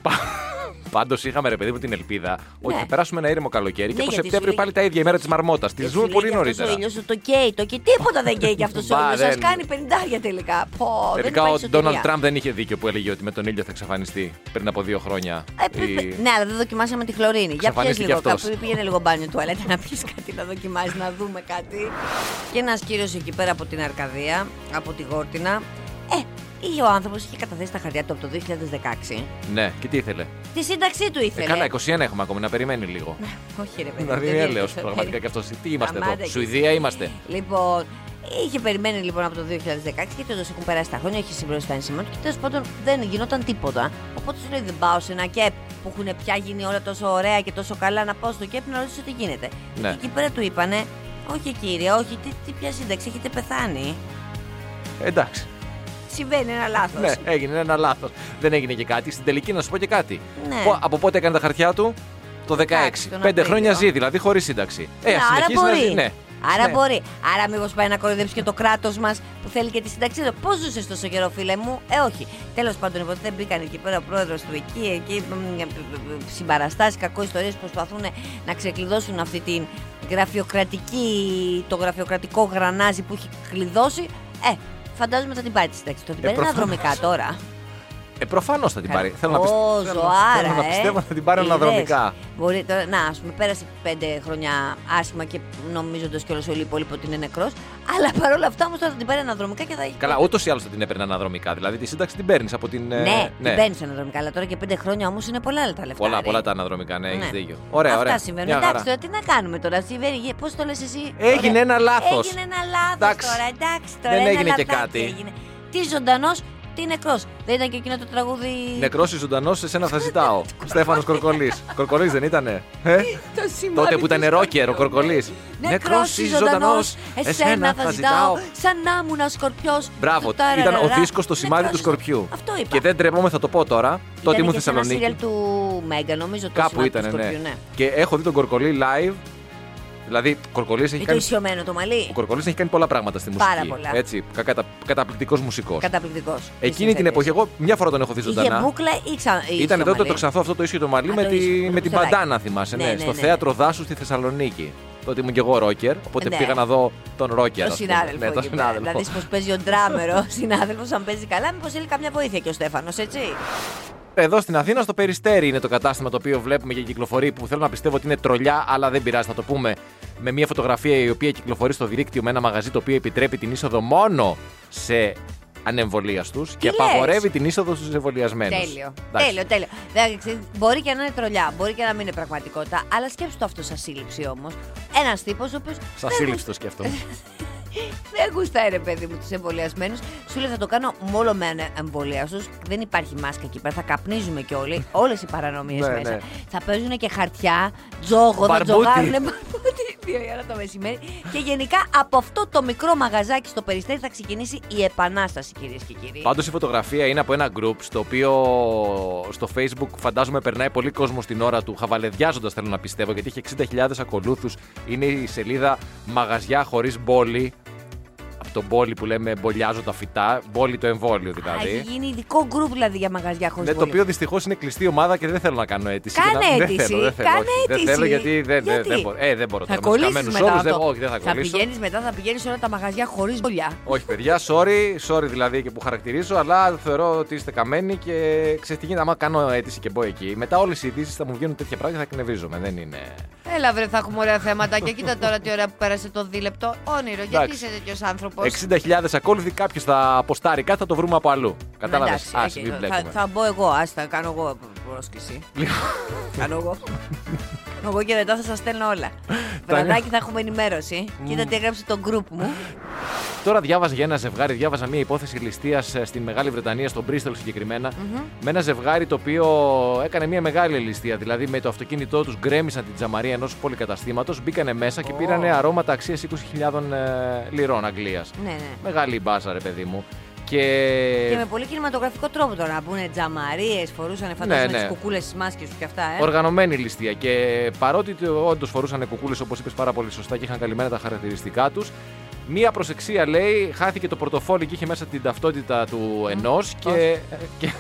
Speaker 3: Πάντως είχαμε ρε παιδί μου την ελπίδα ότι
Speaker 4: Ναι.
Speaker 3: θα περάσουμε ένα ήρεμο καλοκαίρι και
Speaker 4: Ναι,
Speaker 3: από
Speaker 4: γιατί σου
Speaker 3: Σεπτέμβριο
Speaker 4: λέει-
Speaker 3: πάλι τα ίδια ημέρα της μαρμότας. Τη
Speaker 4: Ε,
Speaker 3: ζούμε
Speaker 4: σου
Speaker 3: πολύ
Speaker 4: λέει κι αυτός
Speaker 3: νωρίτερα.
Speaker 4: Ο ήλιο το καίει, το καίει. Τίποτα δεν καίει κι αυτό ο
Speaker 3: Βα,
Speaker 4: ήλιο. Σα
Speaker 3: δεν-
Speaker 4: κάνει 50 τελικά. Πω,
Speaker 3: Τελικά
Speaker 4: δεν
Speaker 3: ο
Speaker 4: υπάρχει σωτηρία.
Speaker 3: Ντόναλτ Τραμπ δεν είχε δίκιο που έλεγε ότι με τον ήλιο θα εξαφανιστεί πριν από δύο χρόνια.
Speaker 4: Ε, πε-
Speaker 3: Η-
Speaker 4: πε- Ναι, αλλά δεν δοκιμάσαμε τη χλωρίνη. Για πιες
Speaker 3: Εξαφανίστηκε
Speaker 4: λίγο
Speaker 3: αυτός.
Speaker 4: κάπου, πήγαινε λίγο μπάνιο τουαλέτα να πιεις κάτι, να δοκιμάσεις, να δούμε κάτι. Και ένας κύριος εκεί πέρα από την Αρκαδία, από τη Γόρτινα. Ε, ή ο άνθρωπος είχε καταθέσει τα χαρτιά του από το 2016.
Speaker 3: Ναι, και τι ήθελε.
Speaker 4: Τη σύνταξή του
Speaker 3: Ε,
Speaker 4: ήθελε. Ναι,
Speaker 3: καλά, 21 έχουμε ακόμη να περιμένει λίγο.
Speaker 4: Όχι, ρε παιδί.
Speaker 3: Να
Speaker 4: δεν
Speaker 3: δει
Speaker 4: είναι
Speaker 3: έλεο
Speaker 4: τόσο
Speaker 3: πραγματικά κι αυτός. Τι είμαστε
Speaker 4: Σταμάτα
Speaker 3: εδώ,
Speaker 4: εκεί.
Speaker 3: Σουηδία είμαστε.
Speaker 4: Λοιπόν, είχε περιμένει λοιπόν από το 2016 γιατί όντω έχουν περάσει τα χρόνια, έχει συμπληρώσει τα ένσημα του και τέλος πάντων δεν γινόταν τίποτα. Οπότε σου λέει: Δεν πάω σε ένα κεπ που έχουν πια γίνει όλα τόσο ωραία και τόσο καλά. Να πάω στο κεπ να ρωτήσω τι γίνεται.
Speaker 3: Ναι.
Speaker 4: Και εκεί πέρα του είπανε: Όχι κύριε, όχι, τι, τι πια σύνταξη, έχετε πεθάνει. Ναι.
Speaker 3: Εντάξει.
Speaker 4: Συμβαίνει ένα λάθος.
Speaker 3: Ναι, έγινε ένα λάθος. Δεν έγινε και κάτι. Στην τελική να σου πω και κάτι.
Speaker 4: Ναι.
Speaker 3: Πο- Από πότε έκανε τα χαρτιά του, το 16.
Speaker 4: τον
Speaker 3: Πέντε
Speaker 4: Απρίλιο.
Speaker 3: χρόνια ζει δηλαδή χωρίς σύνταξη. Ε,
Speaker 4: Ναι,
Speaker 3: ας
Speaker 4: άρα
Speaker 3: συνεχίσει να
Speaker 4: μπορεί.
Speaker 3: ζει, ναι.
Speaker 4: Άρα
Speaker 3: Ναι.
Speaker 4: μπορεί. Άρα, μήπως πάει να κοροϊδέψει και το κράτος μας που θέλει και τη σύνταξή του. Πώς ζούσε τόσο καιρό, φίλε μου. Ε, όχι. Τέλος πάντων, λοιπόν, δεν μπήκαν εκεί πέρα ο πρόεδρος του εκεί, εκεί μ, συμπαραστάσει, κακό ιστορίε που προσπαθούν να ξεκλειδώσουν αυτή την γραφειοκρατική, το γραφειοκρατικό γρανάζι που έχει κλειδώσει. Ε, φαντάζομαι θα την πάρει τη σύνταξη. Το την
Speaker 3: Ε,
Speaker 4: παίρνει
Speaker 3: προφανώς.
Speaker 4: αναδρομικά τώρα.
Speaker 3: Ε, προφανώς θα την πάρει. Θέλω να,
Speaker 4: Ω,
Speaker 3: πιστεύω,
Speaker 4: ζωάρα,
Speaker 3: θέλω να
Speaker 4: ε.
Speaker 3: πιστεύω να την πάρει
Speaker 4: Είδες.
Speaker 3: αναδρομικά.
Speaker 4: Μπορεί τώρα, να, ας πούμε, πέρασε πέντε χρόνια άσχημα και νομίζοντας κιόλας όλοι οι υπόλοιποι ότι είναι νεκρός. Αλλά παρόλα αυτά όμως τώρα θα την πάρει αναδρομικά και θα έχει.
Speaker 3: Καλά, ούτως ή άλλως θα την έπαιρνε αναδρομικά. Δηλαδή τη σύνταξη την παίρνεις από την. ε,
Speaker 4: ναι, την παίρνεις αναδρομικά. Αλλά τώρα και πέντε χρόνια όμως είναι πολλά τα λεφτά.
Speaker 3: Πολλά,
Speaker 4: ρε.
Speaker 3: πολλά τα αναδρομικά, ναι,
Speaker 4: Ναι.
Speaker 3: έχει δίκιο. Ωραία,
Speaker 4: Αυτά
Speaker 3: ωραία.
Speaker 4: συμβαίνουν.
Speaker 3: Μια
Speaker 4: εντάξει,
Speaker 3: χαρά.
Speaker 4: τώρα τι να κάνουμε τώρα. Συμβαίνει, πώς το λες εσύ.
Speaker 3: Έγινε
Speaker 4: Ωραία.
Speaker 3: ένα λάθος.
Speaker 4: Έγινε ένα λάθος
Speaker 3: Εντάξει.
Speaker 4: τώρα. Εντάξει, τώρα
Speaker 3: Δεν
Speaker 4: ένα
Speaker 3: έγινε και
Speaker 4: λαθάκι
Speaker 3: κάτι.
Speaker 4: έγινε. Τι ζωντανός, τι νεκρός. Δεν ήταν και εκείνο το τραγούδι.
Speaker 3: Νεκρός ή ζωντανός, σε σένα θα ζητάω. Στέφανος Κορκολής. Κορκολής δεν ήτανε. Ε?
Speaker 4: Το σημάδι
Speaker 3: Τότε που ήταν
Speaker 4: του
Speaker 3: ρόκερ ο
Speaker 4: σκορπιού.
Speaker 3: Κορκολής.
Speaker 4: Νεκρός ή ζωντανό, εσένα θα ζητάω. Σαν να ήμουν σκορπιό.
Speaker 3: Μπράβο, ήταν ο δίσκο το σημάδι του σκορπιού.
Speaker 4: Αυτό είπα.
Speaker 3: Και δεν τρεπόμαι, θα το πω τώρα. Τότε ήμουν Θεσσαλονίκη.
Speaker 4: Ήταν του Μέγκα, νομίζω. Το
Speaker 3: Κάπου
Speaker 4: σημάδι του
Speaker 3: ήταν, ναι.
Speaker 4: σκορπιού, ναι.
Speaker 3: Και έχω δει τον Κορκολή live. Δηλαδή, Κορκολής έχει
Speaker 4: Με Ε, το
Speaker 3: κάνει.
Speaker 4: ισιωμένο το μαλλί.
Speaker 3: Ο Κορκολής έχει κάνει πολλά πράγματα στη μουσική.
Speaker 4: Πάρα πολλά.
Speaker 3: Έτσι, κατα, καταπληκτικός μουσικός.
Speaker 4: Καταπληκτικός.
Speaker 3: Εκείνη την εποχή, εγώ μια φορά τον έχω δει
Speaker 4: Είχε
Speaker 3: ζωντανά.
Speaker 4: μπούκλα ή ξα... ή
Speaker 3: Ήταν
Speaker 4: ισιωμένο.
Speaker 3: τότε το ξαθό αυτό το ίσιο το μαλλί
Speaker 4: Α,
Speaker 3: με,
Speaker 4: το
Speaker 3: τη,
Speaker 4: ίσιο, το
Speaker 3: με την
Speaker 4: πιστολάκι.
Speaker 3: παντάνα, θυμάσαι. Ναι,
Speaker 4: Ναι, ναι,
Speaker 3: στο
Speaker 4: ναι.
Speaker 3: θέατρο δάσου στη Θεσσαλονίκη. Τότε ήμουν και εγώ ρόκερ, οπότε
Speaker 4: Ναι.
Speaker 3: πήγα να δω τον ρόκερ.
Speaker 4: Το
Speaker 3: ας πούμε.
Speaker 4: συνάδελφο.
Speaker 3: Ναι, τον
Speaker 4: εκεί πέρα.
Speaker 3: συνάδελφο.
Speaker 4: Δηλαδή, πώς παίζει ο ντράμερος, ο συνάδελφος, αν παίζει καλά, μήπως θέλει καμιά βοήθεια και ο Στέφανος, έτσι.
Speaker 3: Εδώ στην Αθήνα, στο Περιστέρι, είναι το κατάστημα το οποίο βλέπουμε και κυκλοφορεί, που θέλω να πιστεύω ότι είναι τρολιά, αλλά δεν πειράζει, να το πούμε. Με μια φωτογραφία η οποία κυκλοφορεί στο δίκτυο με ένα μαγαζί το οποίο επιτρέπει την είσοδο μόνο σε ανεμβολίαστου και
Speaker 4: λες?
Speaker 3: απαγορεύει την είσοδο στους εμβολιασμένους.
Speaker 4: Τέλειο. Τέλειο, τέλειο. Εντάξει, μπορεί και να είναι τρολιά, μπορεί και να μην είναι πραγματικότητα, αλλά σκέψτε το αυτό σαν σύλληψη όμως. Ένας τύπος ο οποίος.
Speaker 3: Σας σύλληψη το σκέφτομαι.
Speaker 4: Δεν γουστάει ρε παιδί μου τους εμβολιασμένους. Σου λέει θα το κάνω μόνο με εμβολιασμένου. Δεν υπάρχει μάσκα εκεί πέρα. Θα καπνίζουμε κι όλοι. Όλες οι παρανομίες
Speaker 3: Ναι,
Speaker 4: μέσα.
Speaker 3: ναι.
Speaker 4: Θα παίζουν και χαρτιά, τζόγο, θα
Speaker 3: Μπαρμπούτι.
Speaker 4: τζογάρουν. μπαρμπούτι, Δύο η ώρα το μεσημέρι. Και γενικά από αυτό το μικρό μαγαζάκι στο περιστέρι θα ξεκινήσει η επανάσταση, κυρίες και κύριοι.
Speaker 3: Πάντως η φωτογραφία είναι από ένα group στο οποίο στο facebook φαντάζομαι περνάει πολύ κόσμο στην ώρα του, χαβαλεδιάζοντας θέλω να πιστεύω, γιατί έχει 60.000 ακολούθους. Είναι η σελίδα μαγαζιά χωρίς μπόλι. Από τον μπόλι που λέμε μπολιάζω τα φυτά, μπόλι το εμβόλιο
Speaker 4: Α,
Speaker 3: δηλαδή.
Speaker 4: Έχει γίνει ειδικό γκρουπ δηλαδή για μαγαζιά χωρίς
Speaker 3: Ναι, το οποίο δυστυχώς είναι κλειστή ομάδα και δεν θέλω να κάνω αίτηση.
Speaker 4: Κάνε
Speaker 3: δεν,
Speaker 4: αίτηση,
Speaker 3: Δεν θέλω, δεν θέλω,
Speaker 4: κάνε
Speaker 3: όχι. δεν
Speaker 4: αίτηση.
Speaker 3: θέλω γιατί δεν, δεν-
Speaker 4: Γιατί?
Speaker 3: δεν μπορώ. Ε, δεν μπορώ
Speaker 4: Θα
Speaker 3: τώρα. με τους
Speaker 4: κολλήσεις
Speaker 3: καμένους
Speaker 4: μετά.
Speaker 3: όλους, δεν,
Speaker 4: αυτό.
Speaker 3: όχι, δεν θα κολλήσω.
Speaker 4: πηγαίνεις μετά, θα πηγαίνεις όλα τα μαγαζιά χωρίς μπολιά.
Speaker 3: Όχι, παιδιά, sorry, sorry δηλαδή και που χαρακτηρίζω, αλλά θεωρώ ότι είστε καμένοι και ξέρετε τι γίνεται. Άμα κάνω αίτηση και μπω εκεί, μετά όλες οι ειδήσεις θα μου βγαίνουν τέτοια πράγματα και θα κνευρίζομαι. Δεν είναι.
Speaker 1: Έλα βρε, θα έχουμε ωραία θέματα και κοίτα τώρα τι ώρα που πέρασε το δίλεπτο. Όνειρο, γιατί
Speaker 3: Εντάξει.
Speaker 1: είσαι τέτοιος άνθρωπος.
Speaker 3: 60.000 ακόλουθοι, κάποιος θα αποστάρει κάτι, θα το βρούμε από αλλού. Κατάλαβες.
Speaker 4: Εντάξει,
Speaker 3: Ας,
Speaker 4: οκ,
Speaker 3: μην
Speaker 4: θα-
Speaker 3: μπλέκουμε.
Speaker 4: Θα μπω εγώ, άστα, κάνω εγώ πρόσκληση. κάνω εγώ. εγώ και μετά θα σας στέλνω όλα. Βραδάκι θα έχουμε ενημέρωση. Κοίτα τι έγραψε το group μου.
Speaker 3: Τώρα διάβαζα για ένα ζευγάρι, διάβαζα μία υπόθεση ληστείας στην Μεγάλη Βρετανία, στον Bristol συγκεκριμενα Με ένα ζευγάρι το οποίο έκανε μία μεγάλη ληστεία. Δηλαδή με το αυτοκίνητό τους γκρέμισαν την τζαμαρία ενός πολυκαταστήματος, μπήκανε μέσα και
Speaker 4: Ω.
Speaker 3: πήρανε αρώματα αξίας 20.000 ε, λιρών Αγγλίας.
Speaker 4: ναι, ναι.
Speaker 3: Μεγάλη μπάσα, ρε παιδί μου. Και,
Speaker 4: Και με πολύ κινηματογραφικό τρόπο τώρα να μπουν τζαμαρίε, φορούσαν φαντάζομαι
Speaker 3: ναι.
Speaker 4: τις κουκούλες τη μάσκες τους και αυτά. Ε.
Speaker 3: Οργανωμένη ληστεία. Και παρότι όντω φορούσαν κουκούλες, όπως είπες πάρα πολύ σωστά, και είχαν καλυμμένα τα χαρακτηριστικά τους, μία προσεξία λέει, χάθηκε το πορτοφόλι και είχε μέσα την ταυτότητα του ενός και, ε, και,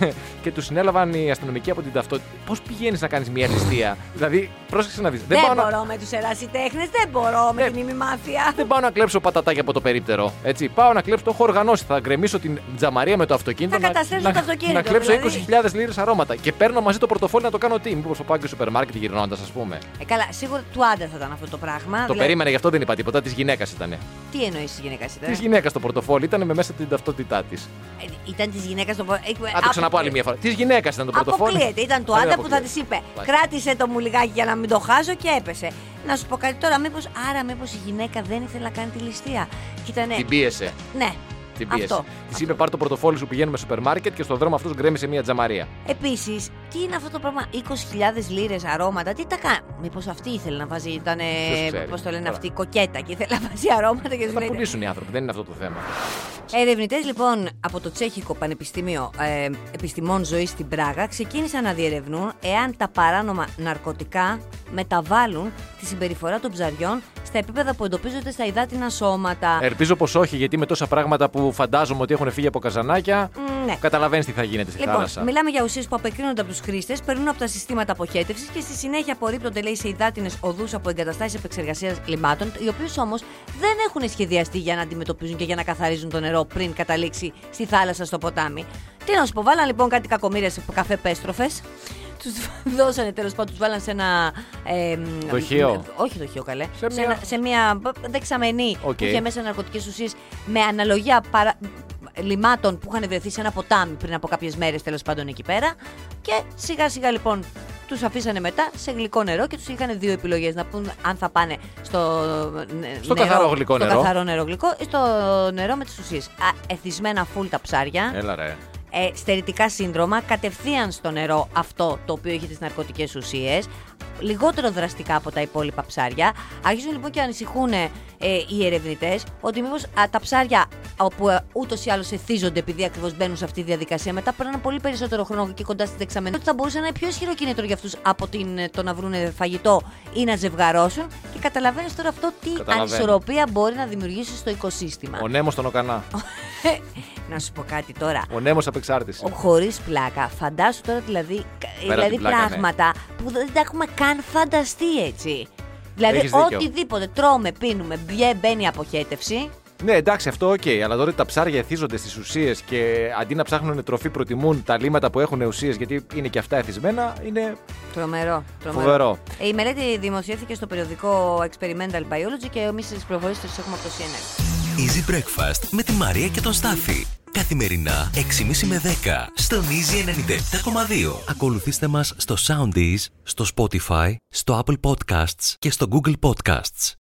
Speaker 3: και του συνέλαβαν οι αστυνομικοί από την ταυτότητα. Πώς πηγαίνεις να κάνεις μία ληστεία, Δηλαδή, πρόσεξε να δεις.
Speaker 4: Δεν,
Speaker 3: πάω να,
Speaker 4: Ναι, μπορώ με τους ερασιτέχνες, δεν μπορώ με
Speaker 3: Ναι.
Speaker 4: την ημιμάθεια.
Speaker 3: δεν πάω να κλέψω πατατάκια από το περίπτερο. Έτσι. Πάω να κλέψω, το έχω οργανώσει. Θα γκρεμίσω την τζαμαρία με το αυτοκίνητο.
Speaker 4: Θα
Speaker 3: να-
Speaker 4: καταστρέψω
Speaker 3: να,
Speaker 4: το αυτοκίνητο,
Speaker 3: Να κλέψω
Speaker 4: δηλαδή.
Speaker 3: 20.000 λίρες αρώματα. Και παίρνω μαζί το πορτοφόλι να το κάνω τι. Μήπως το πάω και σούπερ μάρκετ γυρνώντας, ας πούμε.
Speaker 4: Ε, καλά, σίγουρα του άντρα θα ήταν αυτό το πράγμα. δηλαδή,
Speaker 3: Το περίμενε, γι' αυτό δεν είπα τίποτα. Της γυναίκας ήταν.
Speaker 4: Τι εννοείς η γυναίκα
Speaker 3: Τη
Speaker 4: ήταν.
Speaker 3: γυναίκα το πορτοφόλι ήταν με μέσα την ταυτότητά της.
Speaker 4: Ε, Ήταν τη γυναίκα το. Α,
Speaker 3: Α το ξαναπώ άλλη μια φορά. Τη γυναίκα ήταν το πορτοφόλι.
Speaker 4: Αποκλείεται. Ήταν του
Speaker 3: Α, δεν
Speaker 4: άντρα που θα τη
Speaker 3: αποκλείεται.
Speaker 4: είπε:
Speaker 3: Πάει.
Speaker 4: Κράτησε το μου λιγάκι για να μην το χάσω και έπεσε. Να σου πω κάτι τώρα, μήπως. Άρα, μήπως η γυναίκα δεν ήθελε να κάνει τη ληστεία. Κοίτανε.
Speaker 3: Την πίεσε.
Speaker 4: Ναι.
Speaker 3: Την
Speaker 4: Αυτό.
Speaker 3: πίεσε. Τη είπε πάρ το πορτοφόλι σου, πηγαίνουμε σούπερ μάρκετ και στον δρόμο αυτός γκρέμισε μια τζαμαρία.
Speaker 4: Επίσης, τι είναι αυτό το πράγμα, 20.000 λίρες αρώματα, τι τα κάνει. Μήπω αυτή ήθελε να βάζει, ήταν.
Speaker 3: Ποιος ξέρει,
Speaker 4: Πώς το λένε
Speaker 3: τώρα.
Speaker 4: αυτή, κοκέτα και ήθελε να βάζει αρώματα και
Speaker 3: Θα
Speaker 4: σου
Speaker 3: τα
Speaker 4: λέει.
Speaker 3: πουλήσουν οι άνθρωποι, δεν είναι αυτό το θέμα.
Speaker 4: Ερευνητές λοιπόν από το Τσέχικο Πανεπιστήμιο ε, Επιστημών Ζωής στην Πράγα ξεκίνησαν να διερευνούν εάν τα παράνομα ναρκωτικά μεταβάλλουν τη συμπεριφορά των ψαριών στα επίπεδα που εντοπίζονται στα υδάτινα σώματα.
Speaker 3: Ελπίζω πως όχι, γιατί με τόσα πράγματα που φαντάζομαι ότι έχουν φύγει από καζανάκια.
Speaker 4: Μ, ναι.
Speaker 3: Καταλαβαίνεις τι θα γίνεται στη
Speaker 4: Λοιπόν,
Speaker 3: θάλασσα.
Speaker 4: μιλάμε για ουσίες που απεκρίνονται από τους χρήστες, περνούν από τα συστήματα αποχέτευσης και στη συνέχεια απορρίπτονται λέει, σε υδάτινες οδούς από εγκαταστάσεις επεξεργασίας λιμάτων, οι οποίες όμως δεν έχουν σχεδιαστεί για να αντιμετωπίζουν και για να καθαρίζουν το νερό πριν καταλήξει στη θάλασσα, στο ποτάμι. Τι να σου πω, βάλαν λοιπόν κάτι κακομίρε καφέ πέστροφες. Τους δώσανε τέλος πάντων, τους βάλαν σε ένα. Ε,
Speaker 3: Δοχείο.
Speaker 4: Όχι δοχείο, καλέ.
Speaker 3: Σε μια-
Speaker 4: ένα- σε μια δεξαμενή
Speaker 3: Οκ.
Speaker 4: που είχε μέσα ναρκωτικές ουσίες με αναλογία παρα... λιμάτων που είχαν βρεθεί σε ένα ποτάμι πριν από κάποιες μέρες τέλος πάντων εκεί πέρα. Και σιγά σιγά λοιπόν τους αφήσανε μετά σε γλυκό νερό και τους είχαν δύο επιλογές να πούν αν θα πάνε στο, νε-
Speaker 3: Στο καθαρό γλυκό
Speaker 4: στο
Speaker 3: νερό.
Speaker 4: καθαρό νερό γλυκό ή στο νερό με τις ουσίες. Εθισμένα φουλ τα ψάρια
Speaker 3: Έλα ρε.
Speaker 4: ε, στερητικά σύνδρομα κατευθείαν στο νερό αυτό το οποίο έχει τις ναρκωτικές ουσίες, λιγότερο δραστικά από τα υπόλοιπα ψάρια. Αρχίζουν λοιπόν και ανησυχούν ε, οι ερευνητές ότι μήπως α, τα ψάρια όπου ε, ούτως ή άλλως εθίζονται επειδή ακριβώς μπαίνουν σε αυτή τη διαδικασία μετά περνάνε πολύ περισσότερο χρόνο και κοντά στη δεξαμενή ότι θα μπορούσε να είναι πιο ισχυρό κίνητρο για αυτούς από την, ε, το να βρουν φαγητό ή να ζευγαρώσουν και καταλαβαίνεις τώρα αυτό τι
Speaker 3: Καταλαβαίνω.
Speaker 4: ανισορροπία μπορεί να δημιουργήσει στο οικοσύστημα.
Speaker 3: Ο Νέμος στον Οκανά.
Speaker 4: να σου πω κάτι τώρα.
Speaker 3: Ο Νέμος απεξάρτησης.
Speaker 4: Χωρίς πλάκα. Φαντάσου τώρα δηλαδή, κα-
Speaker 3: Πέρα
Speaker 4: δηλαδή
Speaker 3: την πλάκα, ναι.
Speaker 4: πράγματα που δεν τα έχουμε καν φανταστεί έτσι. Δηλαδή
Speaker 3: Έχεις δίκιο.
Speaker 4: οτιδήποτε τρώμε, πίνουμε, μπιε, μπαίνει η αποχέτευση.
Speaker 3: Ναι, εντάξει, αυτό οκ. Αλλά τώρα τα ψάρια εθίζονται στις ουσίες και αντί να ψάχνουν τροφή, προτιμούν τα λίματα που έχουν ουσίες γιατί είναι και αυτά εθισμένα. Είναι
Speaker 4: Τρομερό, τρομερό. Ε,
Speaker 3: Φοβερό.
Speaker 4: Η μελέτη δημοσιεύθηκε στο περιοδικό Experimental Biology και εμείς τι πληροφορίες τις έχουμε από το CNN.
Speaker 2: Easy Breakfast με τη Μαρία και τον Στάφη. Καθημερινά 6.30 με 10 στον Easy 97.2. Ακολουθήστε μας στο Soundees, στο Spotify, στο Apple Podcasts και στο Google Podcasts.